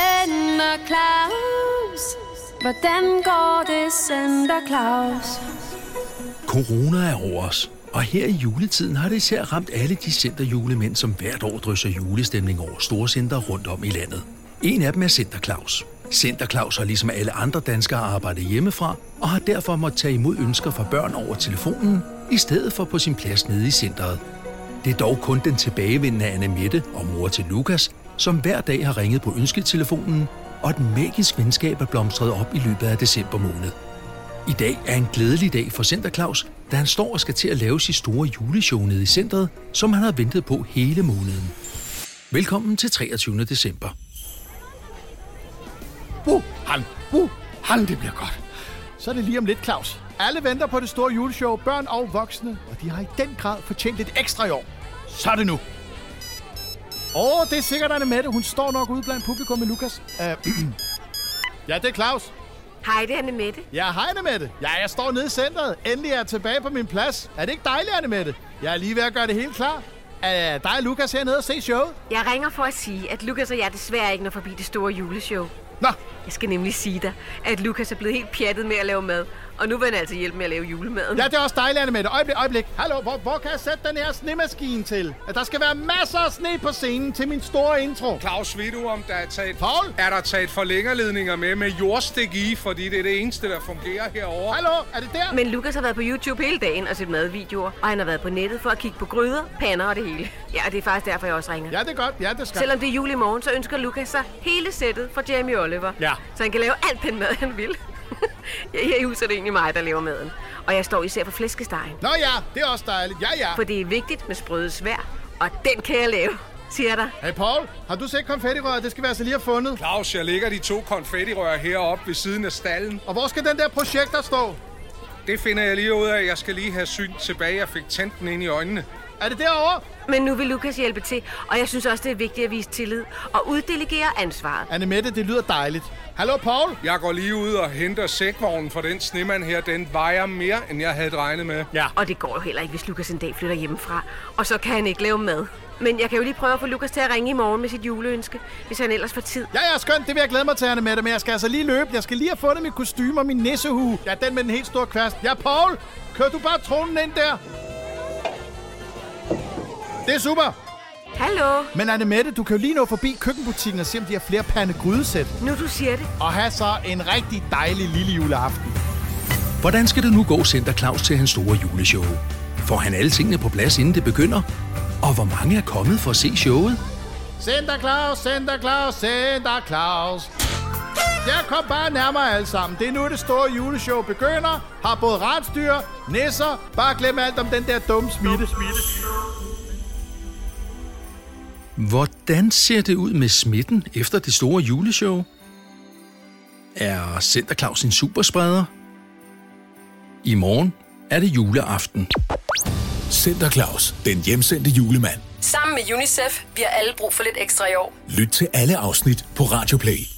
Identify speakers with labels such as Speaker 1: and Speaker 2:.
Speaker 1: Santa Claus? Hvordan går det, Santa Claus?
Speaker 2: Corona er over os, og her i juletiden har det især ramt alle de centerjulemænd, som hvert år drysser julestemning over store center rundt om i landet. En af dem er Center Claus. Center Claus har ligesom alle andre danskere arbejdet hjemmefra, og har derfor måttet tage imod ønsker fra børn over telefonen, i stedet for på sin plads nede i centret. Det er dog kun den tilbagevendende Anne Mette og mor til Lukas, som hver dag har ringet på ønsketelefonen, og et magisk venskab er blomstret op i løbet af december måned. I dag er en glædelig dag for Center Claus, da han står og skal til at lave sit store juleshow nede i centret, som han har ventet på hele måneden. Velkommen til 23. december.
Speaker 3: Wuhan, Wuhan, det bliver godt. Så er det lige om lidt, Claus. Alle venter på det store juleshow, børn og voksne, og de har i den grad fortjent lidt ekstra i år. Så er det nu. Åh, det er sikkert Anne Mette. Hun står nok ude blandt publikum med Lukas. Uh, ja, det er Claus.
Speaker 4: Hej, det er Anne Mette.
Speaker 3: Ja, hej Anne Mette. Ja, jeg står nede i centret. Endelig er jeg tilbage på min plads. Er det ikke dejligt, Anne Mette? Jeg er lige ved at gøre det helt klar. Er dig og Lukas hernede og se showet?
Speaker 4: Jeg ringer for at sige, at Lukas og jeg desværre ikke når forbi det store juleshow.
Speaker 3: Nå,
Speaker 4: Jeg skal nemlig sige dig, at Lukas er blevet helt pjattet med at lave mad. Og nu vil han altså hjælpe med at lave julemaden.
Speaker 3: Ja, det er også dejligt, Anne Mette. Øjeblik, øjeblik. Hallo, hvor, hvor kan jeg sætte den her snemaskine til? At Der skal være masser af sne på scenen til min store intro.
Speaker 5: Claus, ved du, om der er taget,
Speaker 3: Paul?
Speaker 5: er der taget forlængerledninger med med jordstik i, fordi det er det eneste, der fungerer herovre.
Speaker 3: Hallo, er det der?
Speaker 4: Men Lukas har været på YouTube hele dagen og set madvideoer, og han har været på nettet for at kigge på gryder, pander og det hele. Ja, og det er faktisk derfor, jeg også ringer.
Speaker 3: Ja, det er godt. Ja, det skal.
Speaker 4: Selvom det er jul i morgen, så ønsker Lukas sig hele sættet fra Jamie Oliver.
Speaker 3: Ja.
Speaker 4: Så han kan lave alt den mad, han vil. ja, her i huset er det egentlig mig, der laver maden. Og jeg står især for flæskestegen.
Speaker 3: Nå ja, det er også dejligt. Ja, ja.
Speaker 4: For det er vigtigt med sprøde svær, og den kan jeg lave, siger jeg dig.
Speaker 3: Hey, Paul, har du set konfettirøret? Det skal være så lige have fundet.
Speaker 5: Claus, jeg lægger de to konfettirør heroppe ved siden af stallen.
Speaker 3: Og hvor skal den der projekter stå?
Speaker 5: Det finder jeg lige ud af. Jeg skal lige have syn tilbage. Jeg fik tændt den ind i øjnene.
Speaker 3: Er det derovre?
Speaker 4: Men nu vil Lukas hjælpe til, og jeg synes også, det er vigtigt at vise tillid og uddelegere ansvaret.
Speaker 3: Anne Mette, det lyder dejligt. Hallo, Paul?
Speaker 5: Jeg går lige ud og henter sækvognen for den snemand her. Den vejer mere, end jeg havde regnet med.
Speaker 3: Ja.
Speaker 4: Og det går jo heller ikke, hvis Lukas en dag flytter hjemmefra, og så kan han ikke lave mad. Men jeg kan jo lige prøve at få Lukas til at ringe i morgen med sit juleønske, hvis han ellers får tid.
Speaker 3: Ja, ja, skønt. Det vil jeg glæde mig til, Anne Mette. Men jeg skal altså lige løbe. Jeg skal lige have fundet mit kostume og min nissehue. Ja, den med den helt store kvast. Ja, Paul, kør du bare tronen ind der. Det er super.
Speaker 4: Hallo,
Speaker 3: Men Anne Mette, du kan jo lige nå forbi køkkenbutikken og se, om de har flere pande grydesæt.
Speaker 4: nu du siger det.
Speaker 3: Og have så en rigtig dejlig lille juleaften.
Speaker 2: Hvordan skal det nu gå Center Claus til hans store juleshow? Får han alle tingene på plads, inden det begynder? Og hvor mange er kommet for at se showet?
Speaker 3: Santa Claus, Santa Claus, Santa Claus. Jeg kom bare nærmere alle sammen. Det er nu, det store juleshow begynder. Har både rensdyr, nisser. Bare glem alt om den der dumme smitte.
Speaker 2: Hvordan ser det ud med smitten efter det store juleshow? Er Center Claus en superspreder? I morgen er det juleaften.
Speaker 6: Center Claus, den hjemsendte julemand.
Speaker 7: Sammen med UNICEF bliver alle brug for lidt ekstra i år.
Speaker 6: Lyt til alle afsnit på Radio Play.